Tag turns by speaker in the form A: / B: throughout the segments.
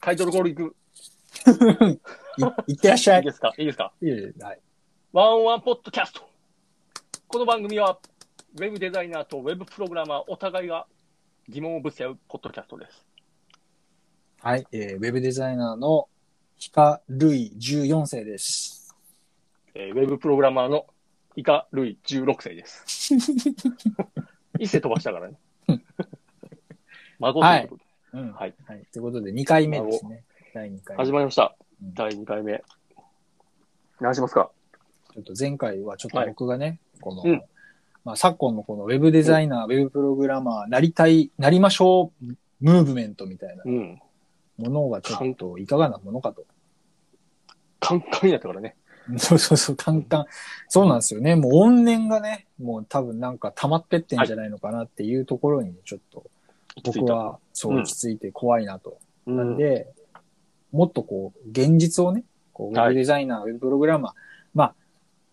A: タイトルコールいく。
B: いいってらっしゃ
A: いい
B: い。
A: ですかいいですか
B: いえいえはい。
A: ワンワンポッドキャスト。この番組は、ウェブデザイナーとウェブプログラマーお互いが疑問をぶつけ合うポッドキャストです。
B: はい。えー、ウェブデザイナーのヒカルイ14 世です。
A: えーウェブプログラマーのイカ・ルイ16世です。一世飛ばしたから ね。孫ということで
B: うん。
A: はい。
B: はい。ということで、2回目ですね。第2回目。
A: 始
B: ち
A: まりました。
B: うん
A: 第2回目。何しますか
B: ょっと前回はちょっと僕がね、この、
A: うん
B: まあ、昨今のこのウェブデザイナー、ウェブプログラマー、なりたい、なりましょう、ムーブメントみたいな
A: うん。
B: ものがちょっといかがなものかと。
A: カンカンになったからね。
B: そうそうそう、カンカン。そうなんですよね。もう怨念がね、もう多分なんか溜まってってんじゃないのかなっていうところにちょっと
A: 行き着
B: 僕
A: いた。
B: はそう
A: うん
B: 落ち着いて怖いなと。
A: う
B: なん
A: ん。
B: で、もっとこう、現実をね、こうウ
A: はい
B: ェブデザイナー、ウェブプログラマー、まあ、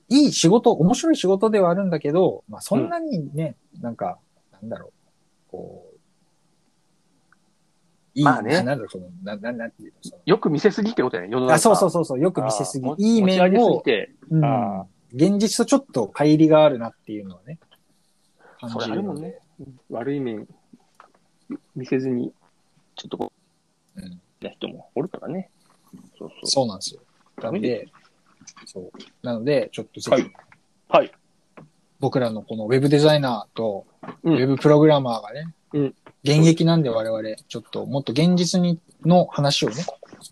B: いい仕事、面白い仕事ではあるんだけど、まあそんなにね、なんか、なんだろう、こう、いい、
A: まあね
B: なんだろう、その、な、な、なんていうの、その
A: よく見せすぎってことやね、世の中。
B: あそうそう
A: う。
B: そうそう、よく見せすぎ
A: あー。
B: いい
A: 持
B: 面
A: ち上げす
B: を
A: ぎ、て。
B: うん
A: あ
B: 現実とちょっと乖離があるなっていうのはね。感
A: それ
B: じ
A: あ
B: る
A: るもんね。悪い面見せずに、ちょっとこう、
B: うん
A: な人もおるからね。そうそう。
B: そうなんですよ。なんで、そう。なので、ちょっとぜ
A: は
B: ひ
A: い、はい。
B: 僕らのこのウェブデザイナーと、
A: う
B: ウ
A: ん
B: ェブプログラマーがね、
A: うん
B: 現役なんで我々、ちょっともっと現実にの話をね、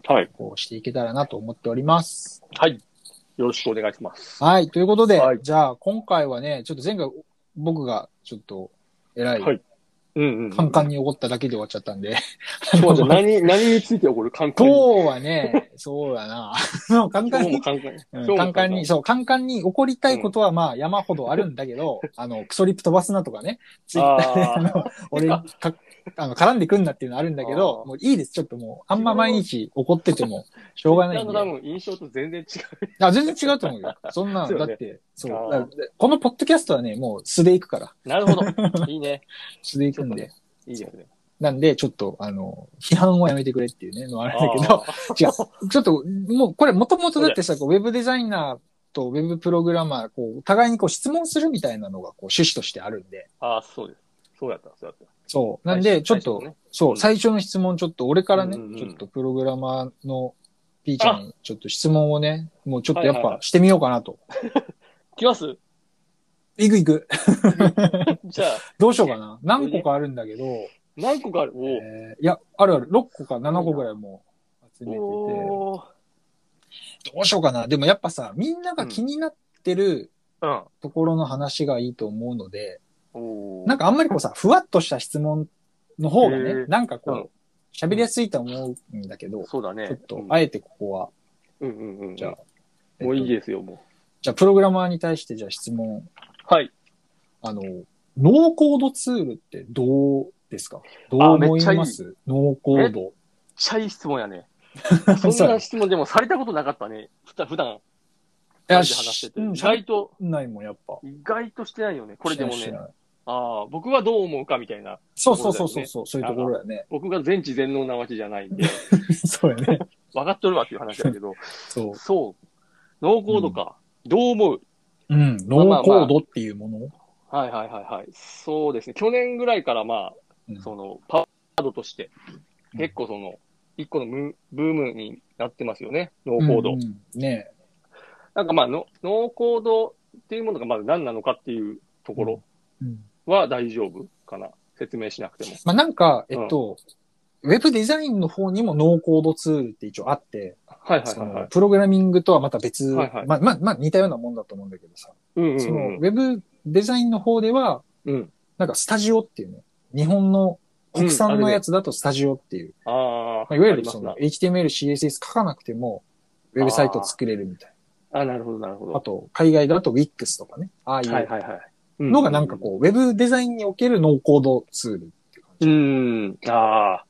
A: はい。
B: こうしていけたらなと思っております。
A: はい。よろしくお願いします。
B: はい。ということで、
A: はい
B: じゃあ今回はね、ちょっと前回僕がちょっと偉い、
A: はいうんうん。
B: カンカンに怒っただけで終わっちゃったんで、
A: そうじゃ、何、何について起こるカンカンに。
B: 今日はね、そうだな。 もうカンカ
A: 今日
B: ンに
A: も、カンカン。
B: う
A: 今
B: ん
A: 日も
B: カンカンに、。そう、カンカンに怒りたいことはまあ山ほどあるんだ けど、あの、クソリップ飛ばすなとかね、ツイッターで、
A: あ
B: あ
A: ー
B: の、俺にか、あの、絡んでくんなっていうのあるんだけ
A: あ
B: ど、
A: ー
B: もういいです、ちょっともう、あんま毎日怒ってても、しょうがない
A: ツ
B: ん
A: イッターの
B: で。
A: 多分印象と全然違う。
B: あ、全然違うと思うよ。そん な、
A: そう
B: だ
A: よ
B: っ
A: ね
B: て、そう
A: あー。
B: だからこのポッドキャストはね、もう素で行くから、
A: なるほ ど。いいね。
B: 素で行く
A: ちょ
B: んで。
A: いいですね。
B: なんで、ちょっと、あの、批判はやめてくれっていうね、のはあ
A: あ
B: れだけど、 違う。ちょっと、もう、これ、もともとだっ てさ、こうウェブデザイナーとウェブプログラマー、こう、互いにこう質問するみたいなのが、こう、趣旨としてあるんで。
A: ーあー、そうです。そうやった、そうやった。
B: そう。なんで、ちょっ
A: 最初の
B: と、
A: ね
B: そう、最初の質問、ちょっと、俺からね
A: うんうんう、ん
B: ちょっと、プログラマーの P ちゃんに、ちょっと質問をね、もうちょっとや
A: はい
B: っ
A: はい
B: ぱ
A: は
B: してみようかなと。
A: 来ます
B: いくいく。
A: じゃあ、
B: どうしようか な。何個かあるんだけど、
A: 何個かある おー
B: えーいや、あるある。6個か7個ぐらいもう集めてて。
A: おー。
B: どうしようかな。でもやっぱさ、みんなが気になってる
A: うん。
B: ところの話がいいと思うので、
A: おー
B: なんかあんまりこうさ、ふわっとした質問の方が
A: へ
B: ね、
A: ー
B: なんか
A: うん
B: こう、喋りやすいと思うんだけど、ち
A: そうだね。
B: ょっと
A: うん、
B: あえてここは、
A: うんうんうん。
B: じゃあ、えっ
A: もう
B: と
A: いいですよ、も
B: じゃあプログラマーに対してじゃあ質問、
A: う。はい。
B: あの、ノーコードツールってどうですかどう思い
A: め
B: ま
A: っち
B: すノーコード。
A: ちゃいい質問や ね。
B: そう
A: そんな質問でもされたことなかったね。ふた普段、
B: いや、
A: 二人で話してて。意外
B: し
A: と、
B: ないもん、やっぱ。
A: 意外としてないよね。これでも
B: しないし
A: ね
B: な、い
A: ああ、僕はどう思うかみたいな。
B: そうそうそうそうそう、そういうところだよね。
A: 僕が全知全能なわけじゃない んで、
B: そうやね。
A: 分かっとるわっていう話だけど、
B: そう。
A: そう。ノーコードか。どう思う
B: うん、
A: まあま
B: ノ
A: あ
B: ーコードっていうもの、
A: はいはいはいはい。そうですね。去年ぐらいからまあ、
B: うん
A: その、パワードとして、結構その、一個のムブームになってますよね。ノーコード。
B: うんうんね
A: なんかまあの、ノーコードっていうものがまず何なのかっていうところ
B: えうん
A: は大丈夫かな。説明しなくても。
B: まあ、なんか、えっと、ウェブデザインの方にもノーコードツールって一応あって、
A: はいはい
B: そ
A: はいは
B: の
A: い。
B: プログラミングとはまた別、
A: はいはい
B: まあ、まあ、まあ似たようなもんだと思うんだけどさ、
A: うんう
B: そのウ
A: ん
B: ェブデザインの方では、
A: うん。うん。
B: なんかスタジオっていうね、日本の国産のやつだとスタジオっていう、
A: ああ。
B: まあ、いわゆ
A: あり
B: る
A: ま
B: そ
A: す
B: の
A: な
B: HTML、CSS 書かなくても、ウェブサイト作れるみたい
A: あ、なるほどなるほ
B: な。あ
A: ど。
B: と、海外だと WIX とかね、ああい
A: はいうはいはい。
B: のがなんかこう、ウェブデザインにおけるノーコードツールっていう感
A: う
B: じ。
A: ん。ああ。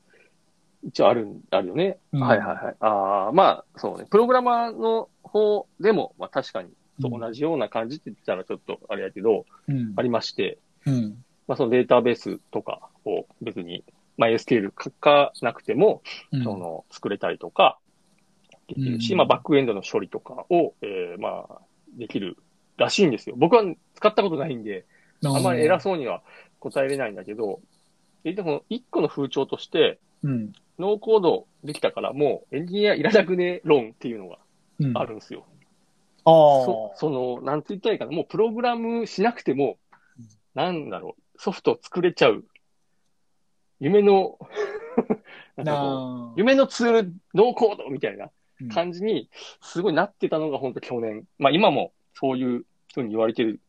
A: 一応ある、あるよね。
B: うん
A: はいはいはい。ああ、まあ、そうね。プログラマーの方でも、まあ確かに、そう同じような感じって言ったらちょっとあれやけど、
B: うん
A: ありまして、
B: うん。
A: まあそのデータベースとかを別に MySQL 書かなくても、
B: うん
A: その、作れたりとか、できるし、
B: うん
A: まあ、バックエンドの処理とかを、えーまあ、できるらしいんですよ。僕は使ったことないんで、あんまり偉そうには答えれないんだけど、えでも、一個の風潮として、
B: うん。
A: ノーコードできたからもうエンジニアいらなくね論っていうのが
B: うん。
A: あ
B: る。
A: るんですよ。
B: あ
A: そ
B: あ。
A: その、なんて言ったらいいかな、もうプログラムしなくても
B: うん、
A: なんだろう、ソフト作れちゃう。夢の、 なんかこう
B: な
A: 夢のツール、ノーコードみたいな
B: うん
A: 感じに、すごいなってたのが本当去年。まあ今もそういうふうに言われてる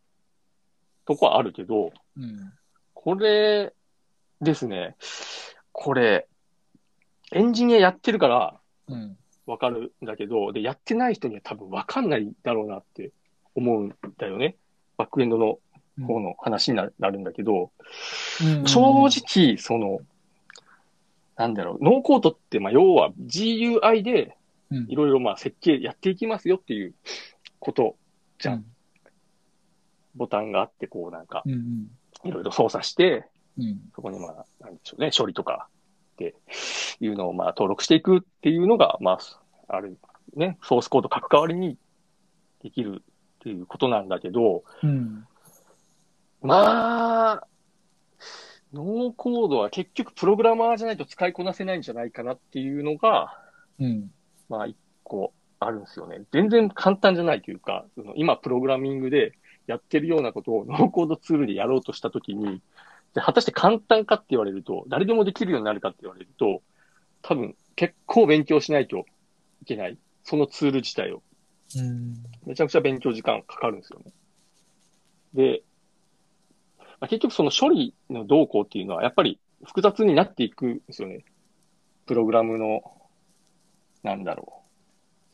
A: とこはあるけど、
B: うん。
A: これですね。これ、エンジニアやってるから
B: うん。
A: わかるんだけど、で、やってない人には多分わかんないだろうなって思うんだよね。バックエンドの方の話にななるんだけど、
B: うん
A: 正。直、その、なんだろう、ノーコードって、まあ、要は GUI で
B: うん
A: いろいろまあ設計やっていきますよっていうこと、じゃんボタンがあって、こうなんか、
B: うんうん。
A: いろいろ操作して、
B: うん。
A: そこにまあ、なんでしょうね、処理とかっていうのをまあ登録していくっていうのが、まあ、あるね、ソースコード書く代わりにできるっていうことなんだけど、
B: うん。
A: まあ、ノーコードは結局プログラマーじゃないと使いこなせないんじゃないかなっていうのが、
B: うん。
A: まあ一個あるんですよね。全然簡単じゃないというか、その今プログラミングでやってるようなことを ノーコードツールでやろうとしたときに、で果たして簡単かって言われると、誰でもできるようになるかって言われると、多分結構勉強しないといけない。そのツール自体を。
B: うん。
A: めちゃくちゃ勉強時間かかるんですよね。で、まあ、結局その処理の動向っていうのはやっぱり複雑になっていくんですよね。プログラムの、なんだろ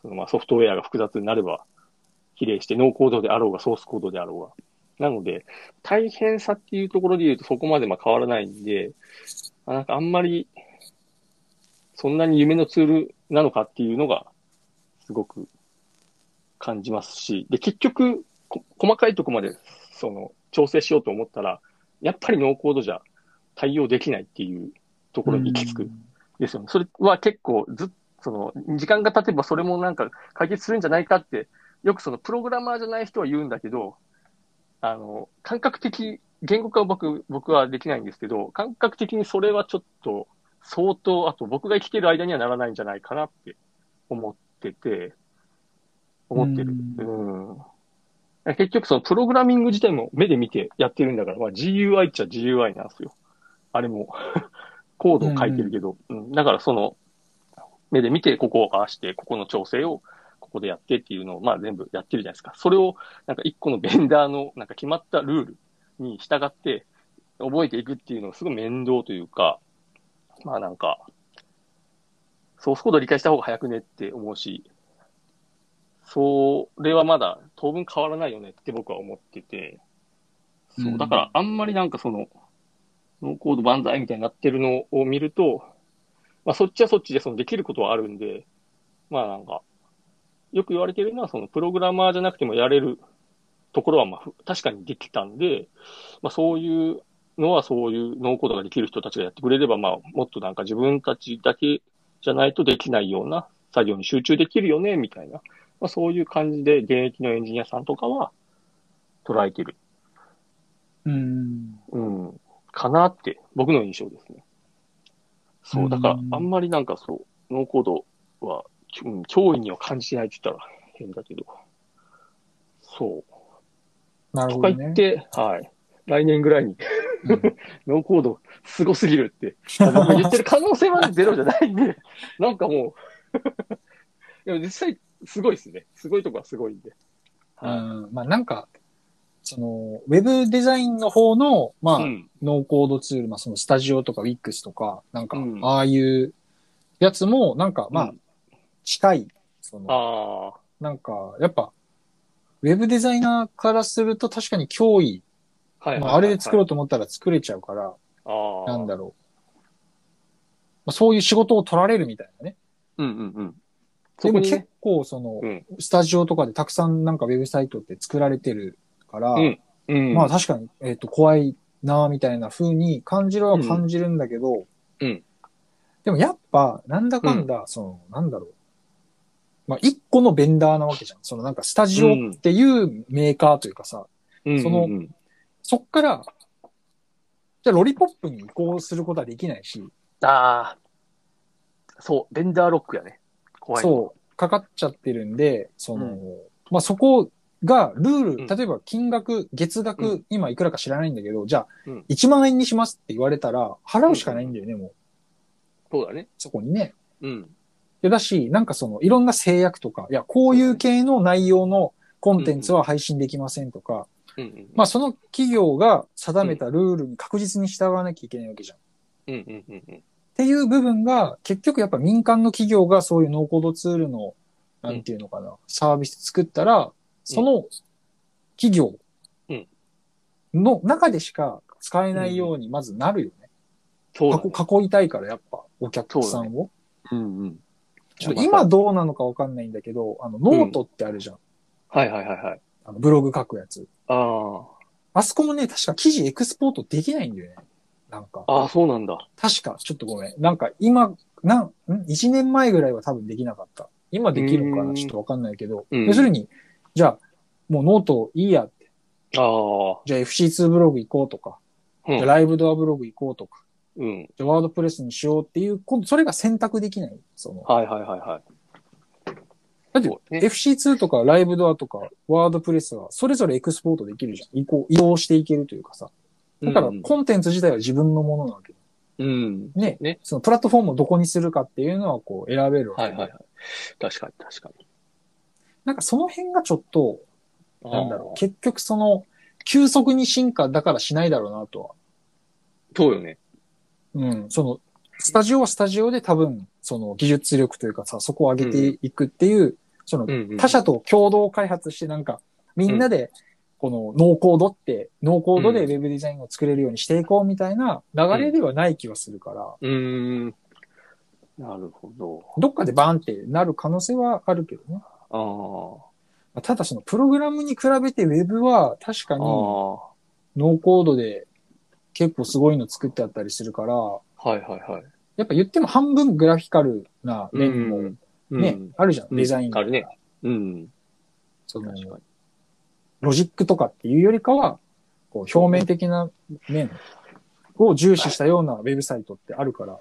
A: う。そのまあソフトウェアが複雑になれば、比例してノーコードであろうがソースコードであろうが。なので、大変さっていうところで言うとそこまでまあ変わらないんで、まあなんかあんまり、そんなに夢のツールなのかっていうのが、すごく感じますし、で、結局、こ細かいとこまで、その、調整しようと思ったら、やっぱりノーコードじゃ対応できないっていうところに行き着く。ですよね。それは結構ずっその、時間が経てばそれもなんか解決するんじゃないかって、よくそのプログラマーじゃない人は言うんだけど、あの、感覚的、言語化は僕、僕はできないんですけど、感覚的にそれはちょっと相当、あと僕が生きてる間にはならないんじゃないかなって思ってて、思ってる。
B: う
A: うん、結局そのプログラミング自体も目で見てやってるんだから、まあ GUI っちゃ GUI なんですよ。あれも コードを書いてるけど、うんだからその、目で見て、ここを合わせて、ここの調整を、ここでやってっていうのを、まあ全部やってるじゃないですか。それを、なんか一個のベンダーの、なんか決まったルールに従って、覚えていくっていうのがすごい面倒というか、まあなんか、ソースコード理解した方が早くねって思うし、それはまだ当分変わらないよねって僕は思ってて、そうう、
B: ん
A: だからあんまりなんかその、ノーコード万歳みたいになってるのを見ると、まあそっちはそっちでそのできることはあるんで、まあなんか、よく言われてるのはそのプログラマーじゃなくてもやれるところはまあふ確かにできたんで、まあそういうのはそういうノーコードができる人たちがやってくれれば、まあもっとなんか自分たちだけじゃないとできないような作業に集中できるよね、みたいな。まあ、そういう感じで現役のエンジニアさんとかは捉えてる。
B: うん。
A: うん。かなって、僕の印象ですね。そうう、
B: ん
A: だから、あんまりなんかそう、ノーコードは、うん、脅威には感じてないって言ったら変だけど。そう。
B: なる
A: と
B: ほ
A: か
B: ど
A: 言っ
B: ね。
A: て、はい。来年ぐらいに、
B: うん
A: ノーコード、すごすぎるって、僕が言ってる可能性はゼロじゃないん で、なんかもう、 でも実際、すごいですね。すごいとこはすごいんで。
B: う
A: はい
B: ん。まあなんか、その、ウェブデザインの方の、まあ、
A: うん。
B: ノーコードツール、まあそのスタジオとか WIX とか、なんか
A: うん、
B: ああいうやつも、なんか、ま
A: う
B: あ
A: ん、
B: 近い、その、
A: ああ。
B: なんか、やっぱ、ウェブデザイナーからすると確かに脅威。
A: はいはいはいはい、
B: まあ、あれで作ろうと思ったら作れちゃうから、
A: ああ。
B: なんだろう。まあ、そういう仕事を取られるみたいなね。
A: うんうんうん。そ
B: で
A: こ
B: も
A: に
B: 結
A: ね、
B: 構、その
A: うん、
B: スタジオとかでたくさんなんかウェブサイトって作られてるから、
A: うんうん。
B: まあ確かに、えっ、と、怖いな、みたいな風に感じるは感じるんだけど、
A: ううん
B: でもやっぱ、なんだかんだ、その、なんだろう。まあ、一個のベンダーなわけじゃん。そのなんか、スタジオっていうメーカーというかさ、
A: うん
B: その
A: うんうん
B: そっから、じゃあロリポップに移行することはできないし、
A: ああ。そう、ベンダーロックやね。怖い。
B: そう、かかっちゃってるんで、その、まあ、そこがル
A: うん
B: ール、例えば金額、月額、
A: う
B: 今いくらか知らないんだけど、じゃあ
A: うん、
B: 1万円にしますって言われたら、払うしかないんだよね、もう、
A: そうだね。
B: そこにね。
A: うん。
B: でだし、なんかその、いろんな制約とか、いや、こういう系の内容のコンテンツは配信できませんとか、
A: うんうん。
B: まあ、その企業が定めたルールに確実に従わなきゃいけないわけじゃん。っ
A: うんうんうんうん。
B: ていう部分が、結局やっぱ民間の企業がそういうノーコードツールの、なんていうのかな、サービス作ったら、その企業
A: うん
B: の中でしか使えないようにまずなるよね。
A: そうだね
B: 囲囲いたいからやっぱ、お客さんを。
A: うんうん。
B: ちょっと今どうなのかわかんないんだけど、あの、ノートってあるじゃん。
A: はいはいはいはい。
B: あのブログ書くやつ。
A: あ
B: あそこもね、確か記事エクスポートできないんだよね。なんか
A: あ。、ああ、そうなんだ。
B: 確か、ちょっとごめん。なんか今、なん、ん ?1 年前ぐらいは多分できなかった。今できるのか
A: うーん
B: なちょっとわかんないけど。
A: うん
B: 要するに、じゃあ、もうノートいいやって。
A: ああ。
B: じゃあ FC2 ブログ行こうとか。
A: うん
B: じゃあライブドアブログ行こうとか。
A: うん。
B: じゃあワードプレスにしようっていう、今度それが選択できない。その、
A: はいはいはいはい。
B: だって
A: そうね
B: FC2 とかライブドアとかワードプレスはそれぞれエクスポートできるじゃん。移行、移動していけるというかさ。だから
A: うん
B: コンテンツ自体は自分のものなわけ。
A: うん。
B: ね。
A: ね
B: そのプラットフォームをどこにするかっていうのはこう選べるわけ
A: はい
B: で。
A: はいはい。確かに確かに。
B: なんかその辺がちょっと、なんだ
A: あ
B: ろう。
A: ー
B: 結局その、急速に進化だからしないだろうなとは。
A: そうよね。
B: うん。その、スタジオはスタジオで多分、その技術力というかさ、そこを上げていくっていう、その
A: う、んうん。
B: 他社と共同開発してなんか、みんなで、このノーコードって、ノーコードでウェブデザインを作れるようにしていこうみたいな流れではない気はするから、
A: うーん。なるほど。
B: どっかでバーンってなる可能性はあるけどね。
A: ああ。
B: ただそのプログラムに比べてウェブは確かに
A: あ
B: ノ
A: あ。は
B: ーコードで結構すごいの作ってあったりするから、
A: いはいはい。
B: やっぱ言っても半分グラフィカルな面も
A: うんうん
B: ね、あるじゃん、デザイン
A: うんあるね。うん。
B: その
A: 確かに。
B: ロジックとかっていうよりかは、こう表面的な面を重視したようなウェブサイトってあるから、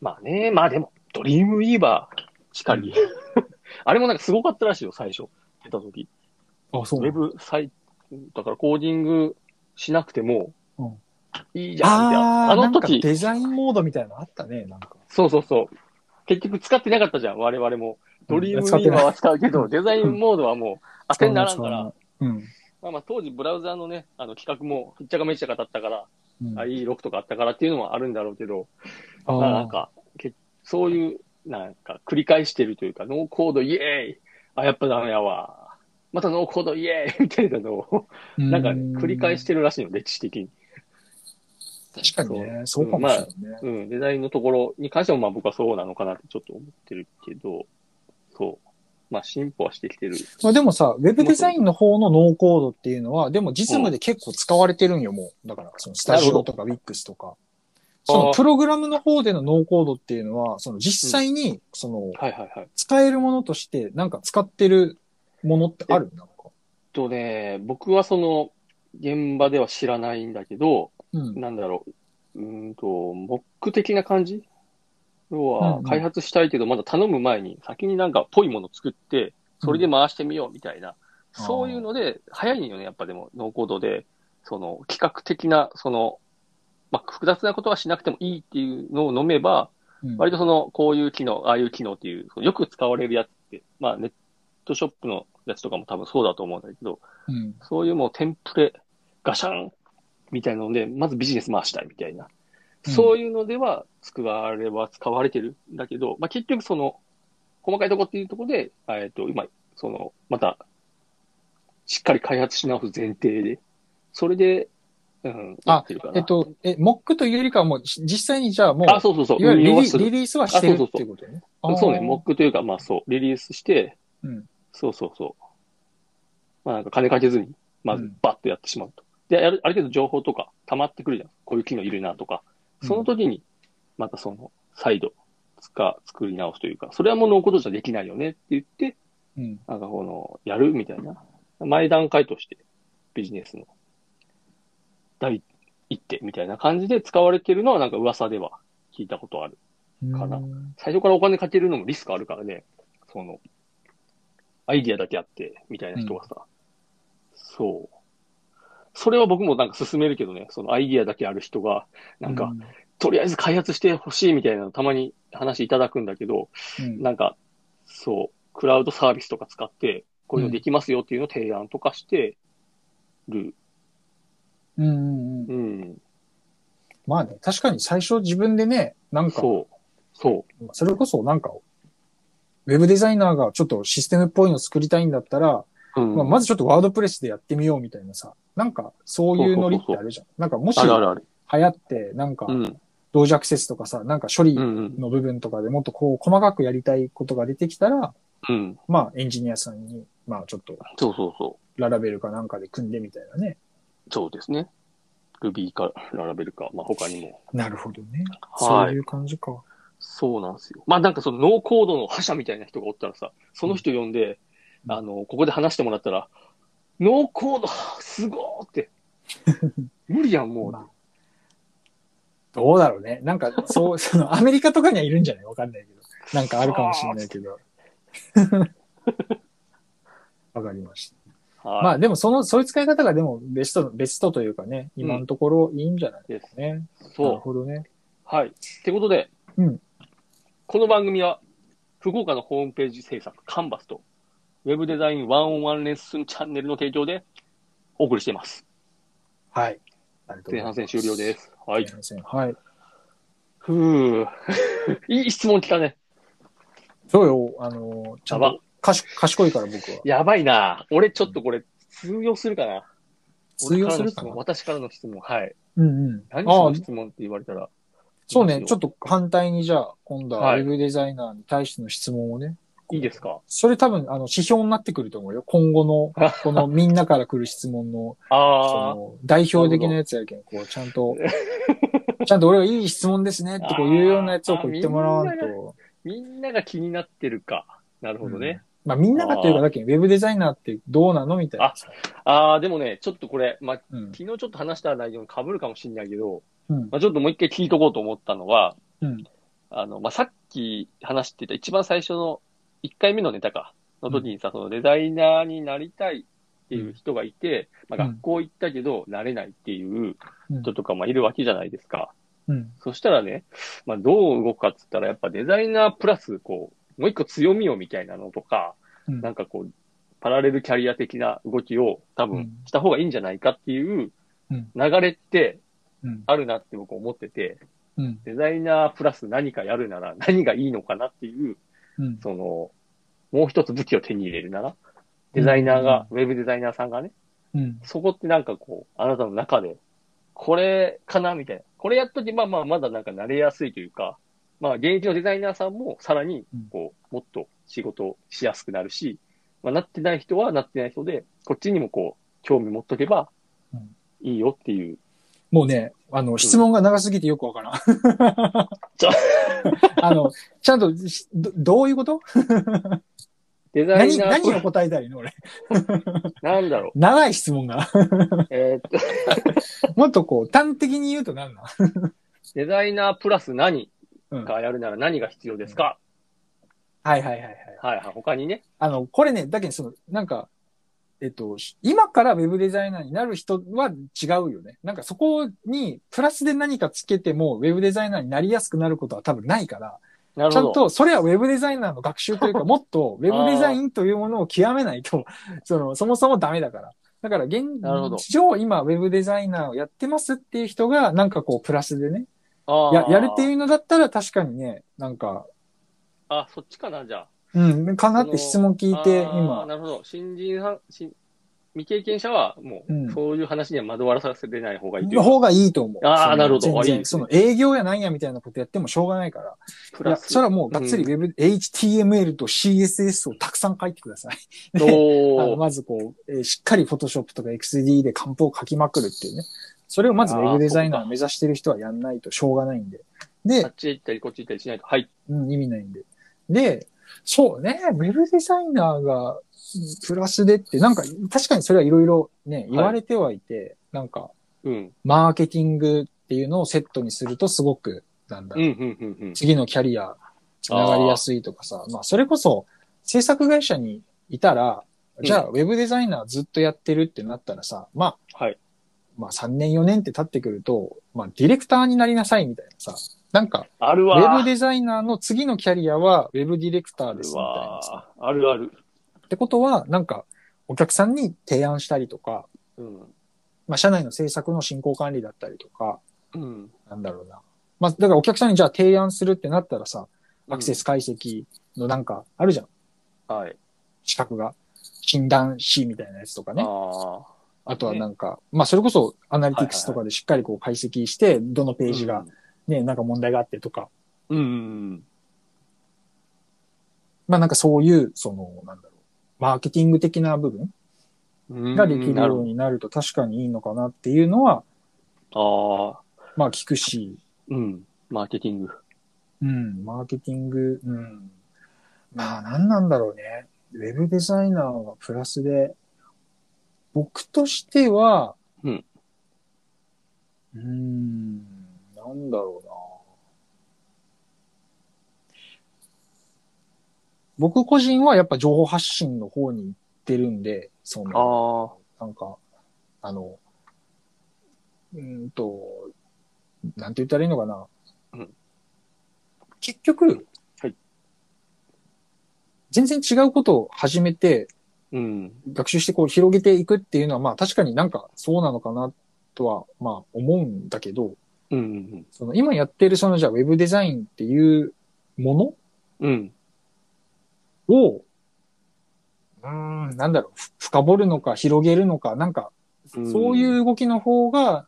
A: まあね、まあでも、ドリームウィーバーしかり。 あれもなんかすごかったらしいよ、最初。出た時。
B: あ、そ
A: ウェブサイト、だからコーディングしなくても
B: うん、
A: いいじゃんみたい
B: あ
A: な。
B: あ、
A: あの
B: なんか
A: 時、
B: デザインモードみたいなのあったね、なんか。
A: そうそうそう。結局使ってなかったじゃん、我々も。ドリームウ
B: 使っ
A: ィー
B: て
A: バ
B: な
A: ー
B: い
A: は使うけど、デザインモードはもう当てにならんか
B: 使
A: ら。
B: わない。使わない
A: まあまあ当時ブラウザのね、あの企画も、ひっちゃかめっちゃかだったから、
B: うん。うん、
A: IE6 とかあったからっていうのもあるんだろうけど、
B: あ
A: まあなんか、けそういう、なんか繰り返してるというか、ノーコードイエーイあ、やっぱダメやわ。またノーコードイエーイみたいなのを、
B: ー。
A: なんかね、繰り返しててるらしいの、歴史的に。
B: 確かにね、そうかもしれないね。
A: うん、デザインのところに関しても、まあ僕はそうなのかなってちょっと思ってるけど、そう。まあ進歩はしてきてる。
B: まあでもさ、ウェブデザインの方のノーコードっていうのは、でも実務で結構使われてるんよ、もう。だから、そのスタジオとか WIX とか。そ
A: あ
B: の
A: ー
B: プログラムの方でのノーコードっていうのは、その実際に、その、
A: はいはいはい。えっ
B: 使えるものとして、なんか使ってるものってあるなんか。
A: とね、僕はその、現場では知らないんだけど、
B: うん。
A: なんだろう、うーんと、モック的な感じ要
B: うんう
A: は、
B: ん
A: 開発したいけど、まだ頼む前に、先になんか、ぽいもの作って、それで回してみようみたいな、
B: あー
A: そういうので、早いよね、やっぱでも、ノーコードで、その、企画的な、その、まあ、複雑なことはしなくてもいいっていうのを飲めば、
B: うん
A: 割とその、こういう機能、ああいう機能っていう、よく使われるやつって、まあ、ネットショップのやつとかも多分そうだと思うんだけど、
B: うん。
A: そういうもうテンプレ、ガシャンみたいなので、まずビジネス回したいみたいな。
B: うん
A: そういうのでは、使われは使われてるんだけど、まあ、結局その、細かいとこっていうところで、えっ、と、今、その、また、しっかり開発し直す前提で、それで、うん、
B: あ
A: やってるかな。
B: えっと、え、モックというよりかはもう、し実際にじゃあもう、
A: あ、そうそうそう。
B: いわゆるリ
A: 運用
B: リ
A: は
B: ー
A: する
B: リリースはしてる
A: あそう
B: っ
A: そう
B: て
A: そ
B: いううことね。
A: そうね、モ
B: モ
A: ックというか、まあそう、リリースして、
B: ック。
A: そうそうそう。まあなんか金かけずに、ま
B: う
A: ず
B: ん
A: バッとやってしまうと。で、あるある程度情報とか溜まってくるじゃん。こういう機能いるなとか。その時に、またその、再度、つか、作り直すというか、それはもうノーコードじゃできないよねって言って、
B: うん。
A: なんかこの、やるみたいな、前段階として、ビジネスの、第一手みたいな感じで使われてるのはなんか噂では聞いたことある。かな
B: うん
A: 最初からお金かけるのもリスクあるからね。その、アイディアだけあって、みたいな人がさ。そう。それは僕もなんか勧めるけどね、そのアイディアだけある人が、なんか、、とりあえず開発してほしいみたいなのたまに話いただくんだけど、
B: うん
A: なんか、そう、クラウドサービスとか使って、こういうのできますよっていうのを提案とかしてる。
B: うんうんうん
A: う。ん。
B: まあね、確かに最初自分でね、なんか、
A: そう。そ
B: それこそなんか、ウェブデザイナーがちょっとシステムっぽいの作りたいんだったら、
A: う。うん。
B: まあ、まずちょっとワードプレスでやってみようみたいなさ、なんかそういうノリってあるじゃん。なんかもし
A: あるあ
B: 流
A: るある。
B: 行って、なんか
A: うん。
B: 同時アクセスとかさ、なんか処理
A: うんうん。
B: の部分とかでもっとこう細かくやりたいことが出てきたら、
A: うん。
B: まあエンジニアさんに、まあちょっと
A: そうそうそう。
B: ララベルかなんかで組んでみたいなね。
A: そうですね。Ruby かララベルか、まあ他にも。
B: なるほどね。そ
A: は
B: う
A: い
B: い。う感じか。
A: そうなんですよ。まあなんかそのノーコードの覇者みたいな人がおったらさ、その人呼んで、
B: うん
A: あの、ここで話してもらったら、ノーコード、すごー って。無理やん、もう。
B: まあどうだろうね。なんか、そう、 その、アメリカとかにはいるんじゃないわかんないけど。なんかあるかもしれないけど。 わかりました。
A: はい。
B: まあでも、その、そういう使い方がでも、ベスト、ベストというかね、今のところいいんじゃない
A: です。
B: かね。なる
A: そう。
B: ほどね。
A: はい。ってことで、
B: うん
A: この番組は、福岡のホームページ制作、カンバスと、ウェブデザインワンオンワンレッスンチャンネルの提供でお送りしています。
B: はい。ありがとうござ
A: 前
B: いま
A: 半戦終了です。はい
B: 前。半戦。はい。
A: ふぅ。 いい質問来たね。
B: そうよ、あの、ちゃん
A: やば
B: と、かし、賢いから僕は。
A: やばいな。俺ちょっとこれ通用するかな。
B: 通用するかな
A: 俺からの質問私からの質問。はい。
B: うんうん。
A: 何
B: あ
A: そ
B: あ
A: の、質問って言われたら。
B: そうね。ちょっ
A: っ
B: と反対にじゃあ、今度は
A: は
B: ウ
A: い
B: ェブデザイナーに対しての質問をね、
A: いいですか
B: それ多分、あの、指標になってくると思うよ。今 後の、このみんなから来る質問の、そ
A: ああ。
B: の、代表的なやつやけん、こう、ちゃん と、ちゃんと俺はいい質問ですねってこう言うようなやつをこう言ってもらわん
A: あーみん
B: と。
A: みんなが気になってるか。なるほどね。
B: まあみんながというか、だけどウェブデザイナーってどうなのみたいなさ。
A: ああ、でもね、ちょっとこれ、まあ、
B: うん。
A: 昨日ちょっと話した内容に被るかもしれないけど、
B: うん。
A: まあ、ちょっともう一回聞いとこうと思ったのは、
B: うん
A: あの、まあ、さっき話してた一番最初の1回目のネタか、の時にさ、そのデザイナーになりたいっていう人がいて、まあ、
B: うん
A: 学校行ったけど、なれないっていう
B: うん
A: 人とか、まあ、いるわけじゃないですか。
B: うん。
A: そしたらね、まあ、どう動くかっつったら、やっぱデザイナープラス、こう、もう一個強みをみたいなのとか、
B: うん
A: なんかこう、パラレルキャリア的な動きを多
B: う
A: 分
B: ん
A: した方がいいんじゃないかっていう
B: うん
A: 流れって
B: うん。
A: あるなって僕思ってて、
B: うん。
A: デザイナープラス何かやるなら何がいいのかなっていう、
B: うん。
A: その、もう一つ武器を手に入れるなら、デザイナーが、ウェブデザイナーさんがね、
B: うん。
A: そこってなんかこう、あなたの中で、これかなみたいな。これやっとき、まあまあ、まだなんか慣れやすいというか、まあ、現役のデザイナーさんもさらに
B: うん、
A: こう、もっと仕事をしやすくなるし、まあ、なってない人はなってない人で、こっちにもこう、興味持っとけば
B: うん、
A: いいよっていう。
B: もうね、あの、質問が長すぎてよくわからん。
A: ちょ
B: あの、ちゃんとし、どどういうこと
A: デザイ
B: 何、
A: ナー
B: 何を答えたらいいの俺。
A: なんだろ
B: 長い質問が。
A: う。えーっと、
B: もっとこう、端的に言うと何なの
A: デザイナープラス何
B: うん。はい
A: がやるなら何が必要ですか、
B: はいはいはい。
A: はいはい。他にね。
B: あの、これね、だけどその、なんか、えっと、し今からウェブデザイナーになる人は違うよね。なんかそこに、プラスで何かつけても、ウェブデザイナーになりやすくなることは多分ないから、
A: なる
B: ちゃ
A: ほ
B: ん
A: ど。
B: と、それはウェブデザイナーの学習というか、もっ と、ウェブデザインというものを極めないと、その、そもそもダメだから。だから現
A: なるほど
B: 状、今、ウェブデザイナーをやってますっていう人が、なんかこう、プラスでね、
A: あー
B: や、やるっていうのだったら、確かにね、なんか、
A: あ、そっちかな、じゃあ。
B: うん、かなって質問聞いて、
A: あー
B: 今、
A: なるほど。新人さん、新未経験者は、も
B: うん
A: う、そういう話には惑わさせてない方がいいという
B: の
A: か、
B: 方がいいと思う。
A: あー
B: その
A: なるほど
B: 全
A: あいい
B: 然
A: です
B: そ
A: ね
B: の営業やなんやみたいなことやってもしょうがないから。
A: プ
B: いや、
A: ラス。
B: それはもうがっつりウェブ、HTML と CSS をたくさん書いてください。 あの
A: おー
B: まずこう、えーしっかり Photoshop とか XD で漢方を書きまくるっていうね。それをまずウェブデザイナーを目指してる人はやんないとしょうがないんで。
A: あ
B: で、
A: っちへ行ったりこっち行ったりしないと入っ
B: うん、意味ないんで。で、そうね、ウェブデザイナーがプラスでって、なんか確かにそれはいろいろね、言われてはいて、なんか、
A: うん。
B: マーケティングっていうのをセットにするとすごく、なんだ
A: うん、う、ん、うん、うん。
B: 次のキャリア、つながりやすいとかさ、まあ、それこそ、制作会社にいたら、じゃあ、ウェブデザイナーずっとやってるってなったらさ、まあ、
A: はい。
B: まあ、3年4年って経ってくると、まあ、ディレクターになりなさいみたいなさ、なんか、
A: ある
B: ウ
A: わ。
B: ェブデザイナーの次のキャリアは、ウェブディレクターですみたいなさ。
A: わあるある。
B: ってことは、なんか、お客さんに提案したりとか、
A: うん。
B: まあ、社内の制作の進行管理だったりとか、
A: うん。
B: なんだろうな。まあ、だからお客さんにじゃあ提案するってなったらさ、アクセ
A: ス。
B: ス解析のなんかあるじゃん。
A: はい。
B: 資格が。診断士みたいなやつとかね。
A: ああ。
B: あとはなんか、まあそれこそアナリティクスとかでしっかりこう解析して、どのページがね、なんか問題があってとか。
A: うん。うん。
B: まあなんかそういう、その、なんだろう。マーケティング的な部分
A: うん。
B: ができる
A: なる
B: ようになると確かにいいのかなっていうのは、
A: ほどああ。
B: まあ聞くし、
A: うん。マーケティング。
B: うん、マーケティング、うん。まあ、なんなんだろうね。ウェブデザイナーはプラスで、僕としては、
A: うん。
B: うーん、なんだろうな。僕個人はやっぱ情報発信の方に行ってるんで、そ
A: あ
B: の、
A: あ。
B: なんか、あの、うーんと、なんて言ったらいいのかな。
A: うん
B: 結局、
A: はい
B: 全然違うことを始めて、
A: うん。
B: 学習してこう広げていくっていうのは、まあ確かになんかそうなのかなとは、まあ思うんだけど、
A: うん。うん
B: その今やってるそのじゃあウェブデザインっていうも
A: うん。
B: のを、うーん、なんだろう、ふ深掘るのか広げるのか、なんか
A: うん。
B: そういう動きの方が、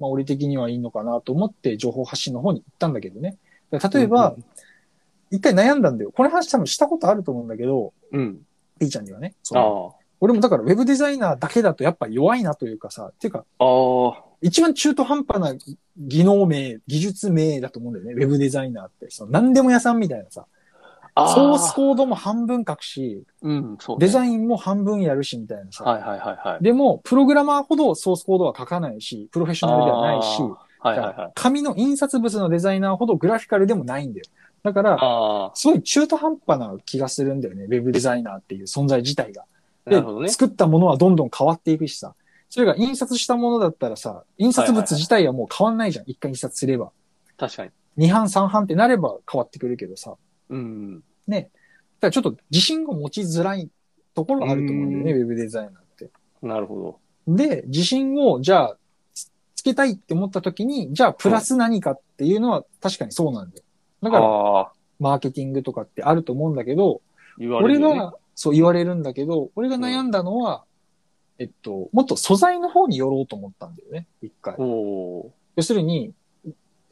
B: まあ、俺的にはいいのかなと思って、情報発信の方に行ったんだけどね。だから例えば
A: う、
B: 一回悩んだんだよ。この話多分したことあると思うんだけど、
A: うん。
B: P ちゃんにはね。そ
A: ああ。
B: う俺もだから、ウェブデザイナーだけだとやっぱ弱いなというかさ、っていうか、
A: ああ。
B: 一番中途半端な技能名、技術名だと思うんだよね。ウェブデザイナーって。その何でも屋さんみたいなさ。
A: ああ。
B: ソースコードも半分書くし、
A: うん。そう、
B: デザ
A: ン。
B: インも半分やるしみたいなさ。
A: はいはいはいはい。
B: でも、プログラマーほどソースコードは書かないし、プロフェッショナルではない
A: あ
B: し、
A: あはいはいはい。
B: 紙の印刷物のデザイナーほどグラフィカルでもないんだよ。だから、
A: あ
B: すごい中途半端な気がするんだよね。ウェブデザイナーっていう存在自体が。
A: あ。なるほどね。
B: 作ったものはどんどん変わっていくしさ。それが印刷したものだったらさ、印刷物自体はもう変わんないじゃん。一回印刷すれば。
A: 確かに。
B: 二版三版ってなれば変わってくるけどさ。
A: うん。
B: ね。だからちょっと自信が持ちづらいところあると思うんだよね、ウェブデザイナーって。
A: なるほど。
B: で、自信を、じゃあ、つつけたいって思った時に、じゃあ、プラス何かっていうのは確かにそうなんだよ。だから、
A: ああ。
B: マーケティングとかってあると思うんだけど、
A: 言われ
B: 俺
A: る、ね。
B: が、そう言われるんだけど、俺が悩んだのは、えっと、もっと素材の方に寄ろうと思ったんだよね、一回。
A: おお
B: 要するに、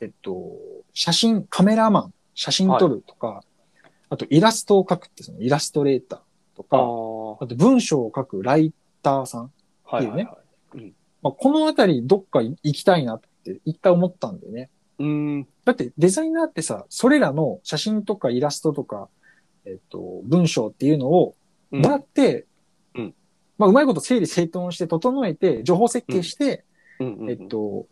B: えっと、写真、カメラマン、写真撮るとか、あとイラストを描くって、そのイラストレーターと
A: ー。
B: か、
A: あ
B: あ
A: あ。は
B: と文章を書くライターさん
A: いはい、はい。
B: まあ、このあたりどっか行きたいなって一回思ったんだよね。
A: うん。
B: だってデザイナーってさ、それらの写真とかイラストとか、えっと、文章っていうのを
A: う
B: もら
A: ん。
B: って、
A: うん
B: まあ、うまいこと整理整頓して整えて、情報設計して、
A: うん
B: えっ、と、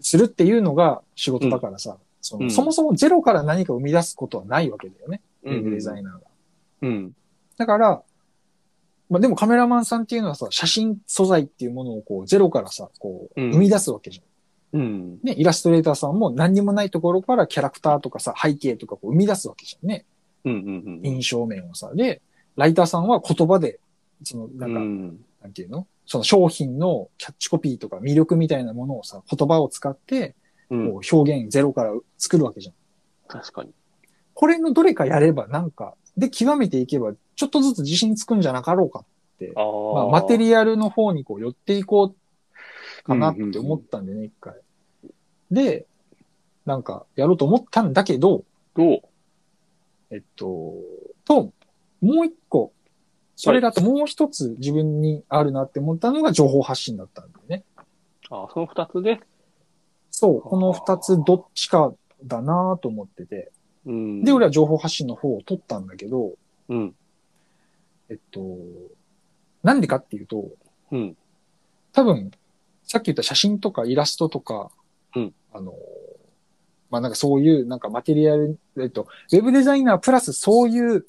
B: するっていうのが仕事だからさ、その
A: うん
B: そもそもゼロから何か生み出すことはないわけだよね。
A: うん
B: ウェブデザイナーが。
A: うん。
B: だから、まあ、でもカメラマンさんっていうのはさ、写真素材っていうものをこう、ゼロからさ、こう、
A: うん
B: 生み出すわけじゃん。
A: うん。
B: ね、イラストレーターさんも何にもないところからキャラクターとかさ、背景とかこう生み出すわけじゃんね。
A: うん。うん。うん。
B: 印象面をさ。で、ライターさんは言葉で、その、なんか、
A: うん。
B: なんていうのその商品のキャッチコピーとか魅力みたいなものをさ、言葉を使って、
A: うん。
B: こう表現ゼロから作るわけじゃん。
A: 確かに。
B: これのどれかやればなんか、で、極めていけば、ちょっとずつ自信つくんじゃなかろうか。
A: ああ。
B: まあ、マテ
A: ア
B: リアルの方にこう寄っていこうかなって思ったんでね、一回。で、なんか、やろうと思ったんだけど、
A: どう
B: えっと、と、もう一個、それだともう一つ自分にあるなって思ったのが情報発信だったんだよね。
A: ああ、その二つで。
B: そう、この二つどっちかだなと思ってて。
A: うん。
B: で、俺は情報発信の方を取ったんだけど、
A: うん。
B: えっと、なんでかっていうと、
A: うん。
B: 多分、さっき言った写真とかイラストとか、
A: うん
B: あの、まあ、なんかそういう、なんかマテリアル、えっと、ウェブデザイナープラスそういう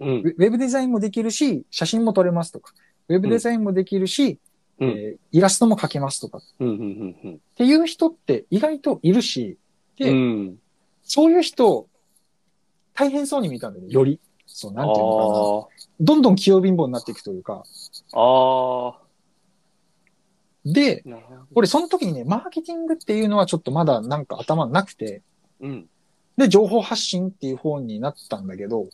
A: うん
B: ウ。ェウェブデザインもできるし、写真も撮れますとか、ウェブデザインもできるし、
A: うん
B: えーイラストも描けますとかっ
A: うん。うん。うん。
B: ていう人って意外といるし、で、
A: うん。
B: そういう人、大変そうに見たんだよね、より。そう、
A: あ
B: な
A: あ
B: んていうのかな。
A: ー。
B: どんどん器用貧乏になっていくというか。
A: ああ。
B: で、
A: なるほど
B: 俺その時にね、マーケティングっていうのはちょっとまだなんか頭なくて、
A: うん。
B: で、情報発信っていう方になったんだけど、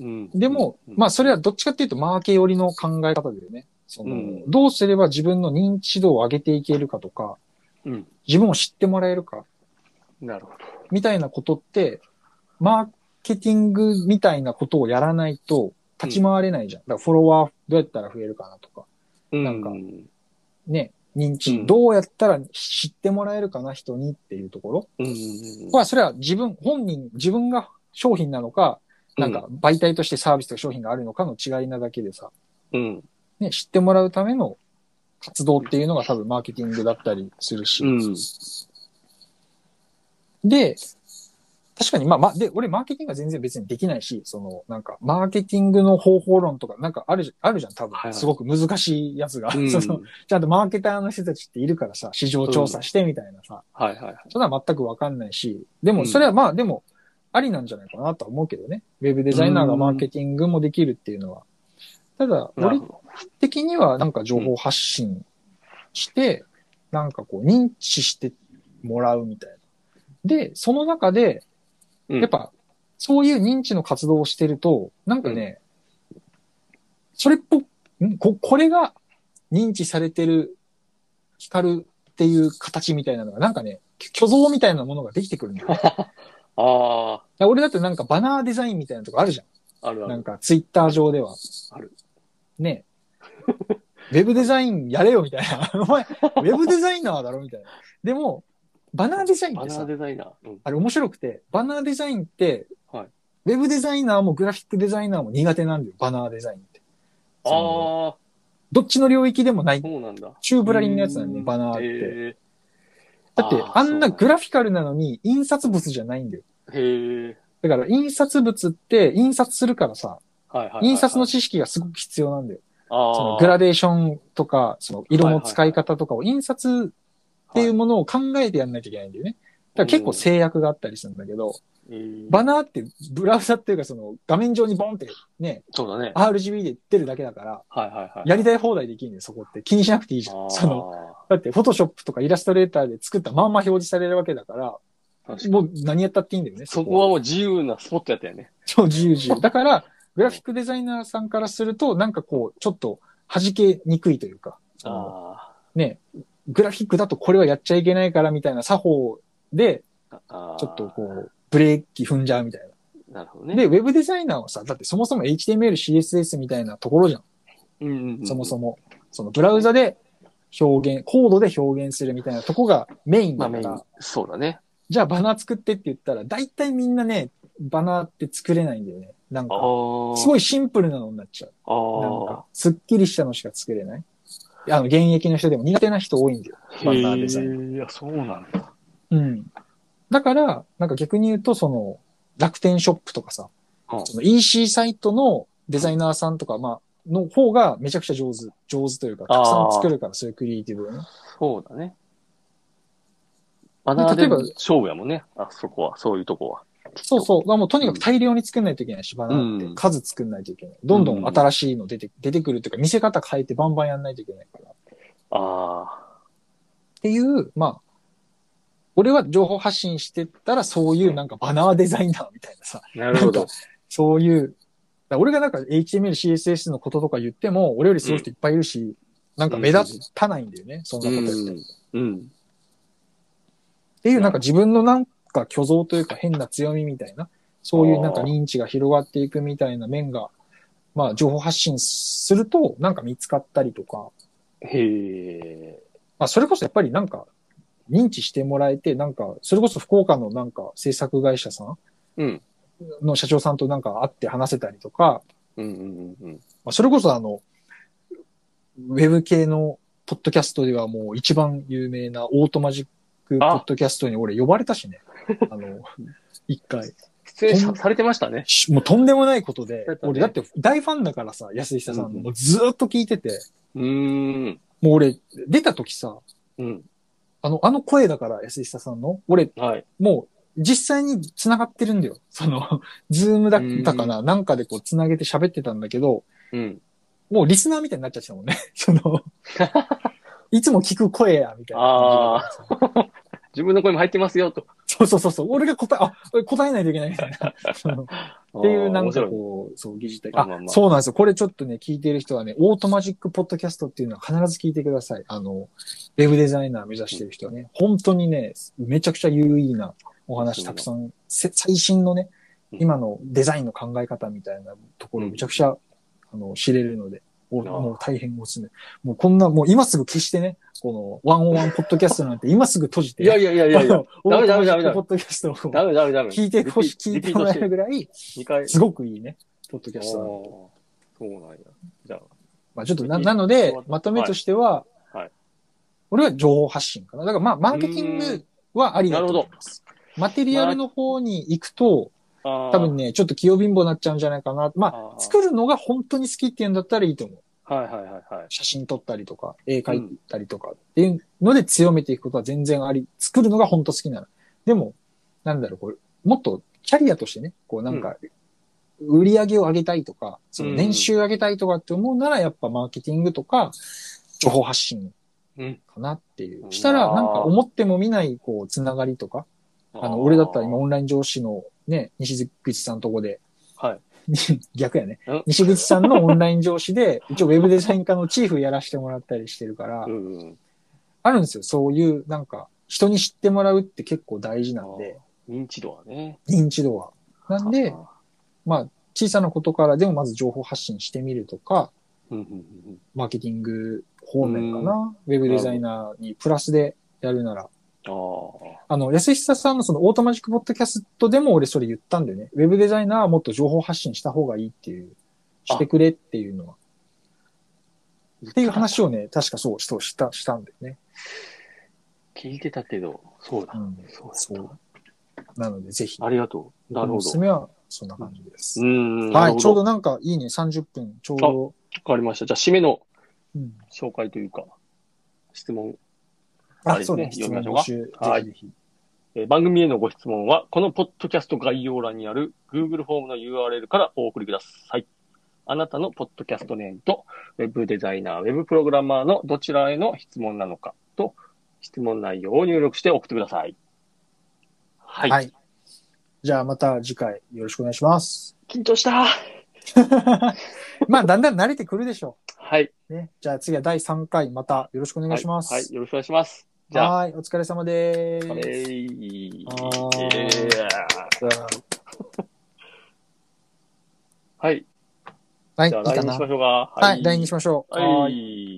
A: うん。
B: でも、
A: うん
B: まあそれはどっちかっていうとマーケ寄りの考え方だよね。その、
A: うん
B: どうすれば自分の認知度を上げていけるかとか、
A: うん。
B: 自分を知ってもらえるか、
A: なるほど。
B: みたいなことって、マーケティングみたいなことをやらないと立ち回れないじゃん。だからフォロワーどうやったら増えるかなとか、
A: うん
B: なんか
A: うん。
B: ね、認
A: う
B: 知、
A: ん
B: どうやったら知ってもらえるかな、人にっていうところ。
A: うん。
B: まあ、それは自分、本人、自分が商品なのか、なんか媒体としてサービスとか商品があるのかの違いなだけでさ、
A: うん。
B: ね、知ってもらうための活動っていうのが多分マーケティングだったりするし。
A: うん
B: で、確かに、まあ、まあ、で、俺、マーケティングは全然別にできないし、その、なんか、マーケティングの方法論とか、なんかあるじゃん、あるじゃん、多分。
A: はいはい
B: すごく難しいやつが。
A: うん。
B: そのちゃんとマーケターの人たちっているからさ、市場調査してみたいなさ、
A: はいはいはい。
B: それは全くわかんないし、で
A: う
B: も
A: ん
B: それはまあでも、ありなんじゃないかなとは思うけどね。ウェブデザイナーがマーケティングもできるっていうのは。ただ、
A: なる
B: 俺
A: ほど。
B: 的にはなんか情報発信して、なんかこう認知してもらうみたいな。で、その中で、
A: うん
B: やっ、ぱ、そういう認知の活動をしてると、なんかね、それっぽ、んこ、これが認知されてる、光るっていう形みたいなのが、なんかね、虚像みたいなものができてくるん だよ。だか
A: あ
B: ら俺だってなんかバナーデザインみたいなとこあるじゃ
A: あ、ある
B: ん。
A: あ
B: なん
A: る。
B: かツイッター上では。
A: ある。
B: ねえウェブデザインやれよみたいな。 お前、ウェブデザイナーだろみたいな。でも、バナーデザインっ
A: バ
B: て
A: ナ
B: さ
A: ー、デザイナー。うん。
B: あれ面白くて、バナーデザインって、
A: はい
B: ウェブデザイナーもグラフィックデザイナーも苦手なんだよ、バナーデザインって。
A: ああ、
B: そどっちの領域でもない、
A: そうなんだ。
B: チューブラリンのやつなんだ
A: う
B: よ、
A: ん
B: バナーって。
A: へ
B: だって、
A: あー
B: あんな
A: そう
B: グラフィカルなのに、印刷物じゃないんだよ。
A: え。へえ。
B: だから、印刷物って、印刷するからさ、
A: はいはいはいはい。
B: 印刷の知識がすごく必要なんだよ。そ
A: あ
B: の
A: あ。
B: グラデーションとか、その色の使い方とかを印刷っていうものを考えてやんなきゃいけないんだよね。だから結構制約があったりするんだけど、
A: うん
B: バナーってブラウザっていうかその画面上にボンってね、
A: そうだね。
B: RGB で出るだけだから、
A: はいはいはい。
B: やりたい放題できるんだよ、そこって。気にしなくていいじゃ
A: あ
B: ん。
A: あ
B: その、だって、フォトショップとかイラストレーターで作ったまんま表示されるわけだから、
A: 確かに
B: もう何やったっていいんだよね。
A: そこはもう自由なスポットやったよね。
B: 超自由自由。だから、グラフィックデザイナーさんからすると、なんかこう、ちょっと弾けにくいというか、その
A: あ
B: ね、グラフィックだとこれはやっちゃいけないからみたいな作法で、
A: あ。ああ
B: ちょっとこう、ブレーキ踏んじゃうみたいな。
A: なるほど
B: で、
A: ね。
B: ウェブデザイナーはさ、だってそもそも HTML、CSS みたいなところじゃん。
A: うんうんうん
B: そもそも。そのブラウザで表現、コードで表現するみたいなとこがメイン
A: まあ
B: だ
A: メ
B: か
A: イン
B: ら、、
A: そうだね。
B: じゃあバナー作ってって言ったら、大体みんなね、バナーって作れないんだよね。なん
A: あ
B: か、
A: あ。
B: すごいシンプルなのになっちゃう。
A: あ
B: なん
A: あ
B: か。、すっきりしたのしか作れない。あの、現役の人でも苦手な人多いんだよ。バナーデザイン。
A: ン。いや、そうなんだ。
B: うん。だから、なんか逆に言うと、その、楽天ショップとかさ、
A: うん
B: その EC サイトのデザイナーさんとか、まあ、の方がめちゃくちゃ上手。上手というか、たくさん作るから、そういうクリエイティブをね。
A: そうだね。バナー
B: 例
A: で
B: えば
A: 勝負やもんね。あそこは、そういうとこは。
B: そうそう。だからもうとにかく大量に作んないといけないし、バナー
A: う
B: っ
A: ん
B: て数作んないといけない。どんどん新しいの出て、出てくるというか、見せ方変えてバンバンやんないといけないから。
A: あ
B: っていう、まあ、俺は情報発信してったら、そういうなんかバナーデザイナーみたいなさ、
A: あ。な
B: るほど。そういう、だ俺がなんか HTML、CSS のこととか言っても、俺よりすごい人いっぱいいるし、なんか目立たないんだよね、そんな
A: う
B: こと言って。
A: ん。うん。
B: っていう、なんか自分のなんか虚像というか変な強みみたいな、そういうなんか認知が広がっていくみたいな面が、まあ情報発信すると、なんか見つかったりとか、
A: へえ。
B: まあそれこそやっぱりなんか、認知してもらえて、なんか、それこそ福岡のなんか制作会社さん
A: うん。
B: の社長さんとなんか会って話せたりとか、
A: うんうんうんうん。
B: まあ、それこそあの、ウェブ系のポッドキャストではもう一番有名なオートマジックポッドキャストに俺呼ばれたしね。あの、一回。
A: 出演さされてましたね。
B: しもうとんでもないことで、
A: だったね
B: 俺だって大ファンだからさ、安久さんの、もうずーっと聞いてて、
A: うーん。
B: もう俺出た時さ、
A: うん。
B: あの、あの声だから安久さんの、俺
A: はい。
B: もう実際に繋がってるんだよ。その、ズームだったかな、なんかでこう繋げて喋ってたんだけど、
A: うん。
B: もうリスナーみたいになっちゃってたもんね。 その、いつも聞く声や、みたいな感じで。
A: 自分の声も入ってますよ、と。
B: そうそうそうそう。俺が答え、あ、俺答えないといけないみたいな。そのっていう、なんかこう、そう、疑似体験。
A: まあ
B: あ、
A: まあまあ
B: そうなんですよ。これちょっとね、聞いてる人はね、オートマジックポッドキャストっていうのは必ず聞いてください。あの、ウェブデザイナー目指してる人はね、本当にね、めちゃくちゃ有意義なお話たくさん、せ最新のね、
A: うん
B: 今のデザインの考え方みたいなところ、
A: うん
B: めちゃくちゃ、あの、知れるので、
A: あ
B: お
A: あ
B: もう大変おすすめ。もうこんな、もう今すぐ消してね、この、ワンオンワンポッドキャストなんて今すぐ閉じて。
A: いやいやいやいやいや。
B: あの
A: ダメダメダメダメ
B: オートマジックポッドキャスト を
A: ダメダメダメ。
B: 聞いてほしい、聞
A: リ
B: い
A: ピ
B: て
A: リ
B: も
A: ピート
B: らえ
A: し
B: る
A: て
B: ぐらい、
A: 2回。
B: すごくいいね、ポッドキャストなんで
A: おーそうなんや。じゃあ、
B: まあちょっとな、
A: いい
B: なので
A: はい、
B: まとめとしては、
A: はい
B: 俺は情報発信かな。だからまあ、マーケティングはありだと思います。マテリアルの方に行くと、
A: あー
B: 多分ね、ちょっと器用貧乏になっちゃうんじゃないかな。ま
A: あ
B: あ、
A: ー
B: 作るのが本当に好きっていうんだったらいいと思う。
A: はいはいはいはい。
B: 写真撮ったりとか、絵描いたりとかっていうので強めていくことは全然あり、作るのが本当好きなら。でも、なんだろう、これ、もっとキャリアとしてね、こうなんか、売り上げを上げたいとか、その年収上げたいとかって思うなら、やっぱマーケティングとか、情報発信
A: うん。
B: かなっていうう。
A: ん
B: したら、なんか思っても見ない、こう、つながりとか、あの、俺だったら今、オンライン上司のね、西口さんとこで、
A: はい。
B: 逆やね
A: ん。
B: 西口さんのオンライン上司で、一応ウェブデザイン科のチーフやらせてもらったりしてるから
A: う、んうん。
B: あるんですよ。そういう、なんか、人に知ってもらうって結構大事なんで、
A: 認知度はね。
B: 認知度は。なんで
A: あ、ー
B: まあ、小さなことからでもまず情報発信してみるとか、
A: うんうんうん
B: マーケティング方面かな。ウェブデザイナーにプラスでやるなら、
A: うん。ああ。
B: あの、安久さんのそのオートマジックポッドキャストでも俺それ言ったんだよね。ウェブデザイナーはもっと情報発信した方がいいっていう、
A: あ
B: してくれっていうのは。
A: っ
B: っていう。話をね、確かそう、そうした、したんだよね。
A: 聞いてたけど、そうだ
B: う。ん。
A: そう
B: そ
A: だっ
B: う。なので、ぜひ
A: た。。ありがとう。なるほ
B: おすす
A: ど。
B: めはそんな感じです。
A: うん。
B: はい、ちょうど
A: わ
B: なんかいいね、30分、ちょうど。
A: かりました。じゃあ、締めの
B: うん
A: 紹介というか、質問あ
B: あ、
A: れですね
B: そうね、質
A: 読み
B: 問
A: ましょう
B: 募
A: か
B: 集、ぜ
A: は
B: ひ
A: い
B: ぜひ。
A: えー番組へのご質問は、このポッドキャスト概要欄にある Google フォームの URL からお送りください。あなたのポッドキャストネームと、ウェブデザイナー、ウェブプログラマーのどちらへの質問なのかと、質問内容を入力して送ってください。はい。
B: はい。じゃあまた次回よろしくお願いします。
A: 緊張した
B: まあ、だんだん慣れてくるでしょ
A: はい。
B: う。ね。じゃあ次は第3回、またよろしくお願いします。
A: はい。はいよろしくお願いします。じゃあ、
B: はい、お疲れ様で
A: あれ
B: す。
A: ー
B: あー
A: えーはい。
B: はい、いい
A: じゃあ、
B: か
A: 来に
B: な
A: しま。しょうか。
B: はい、LINE にしましょう。
A: はい。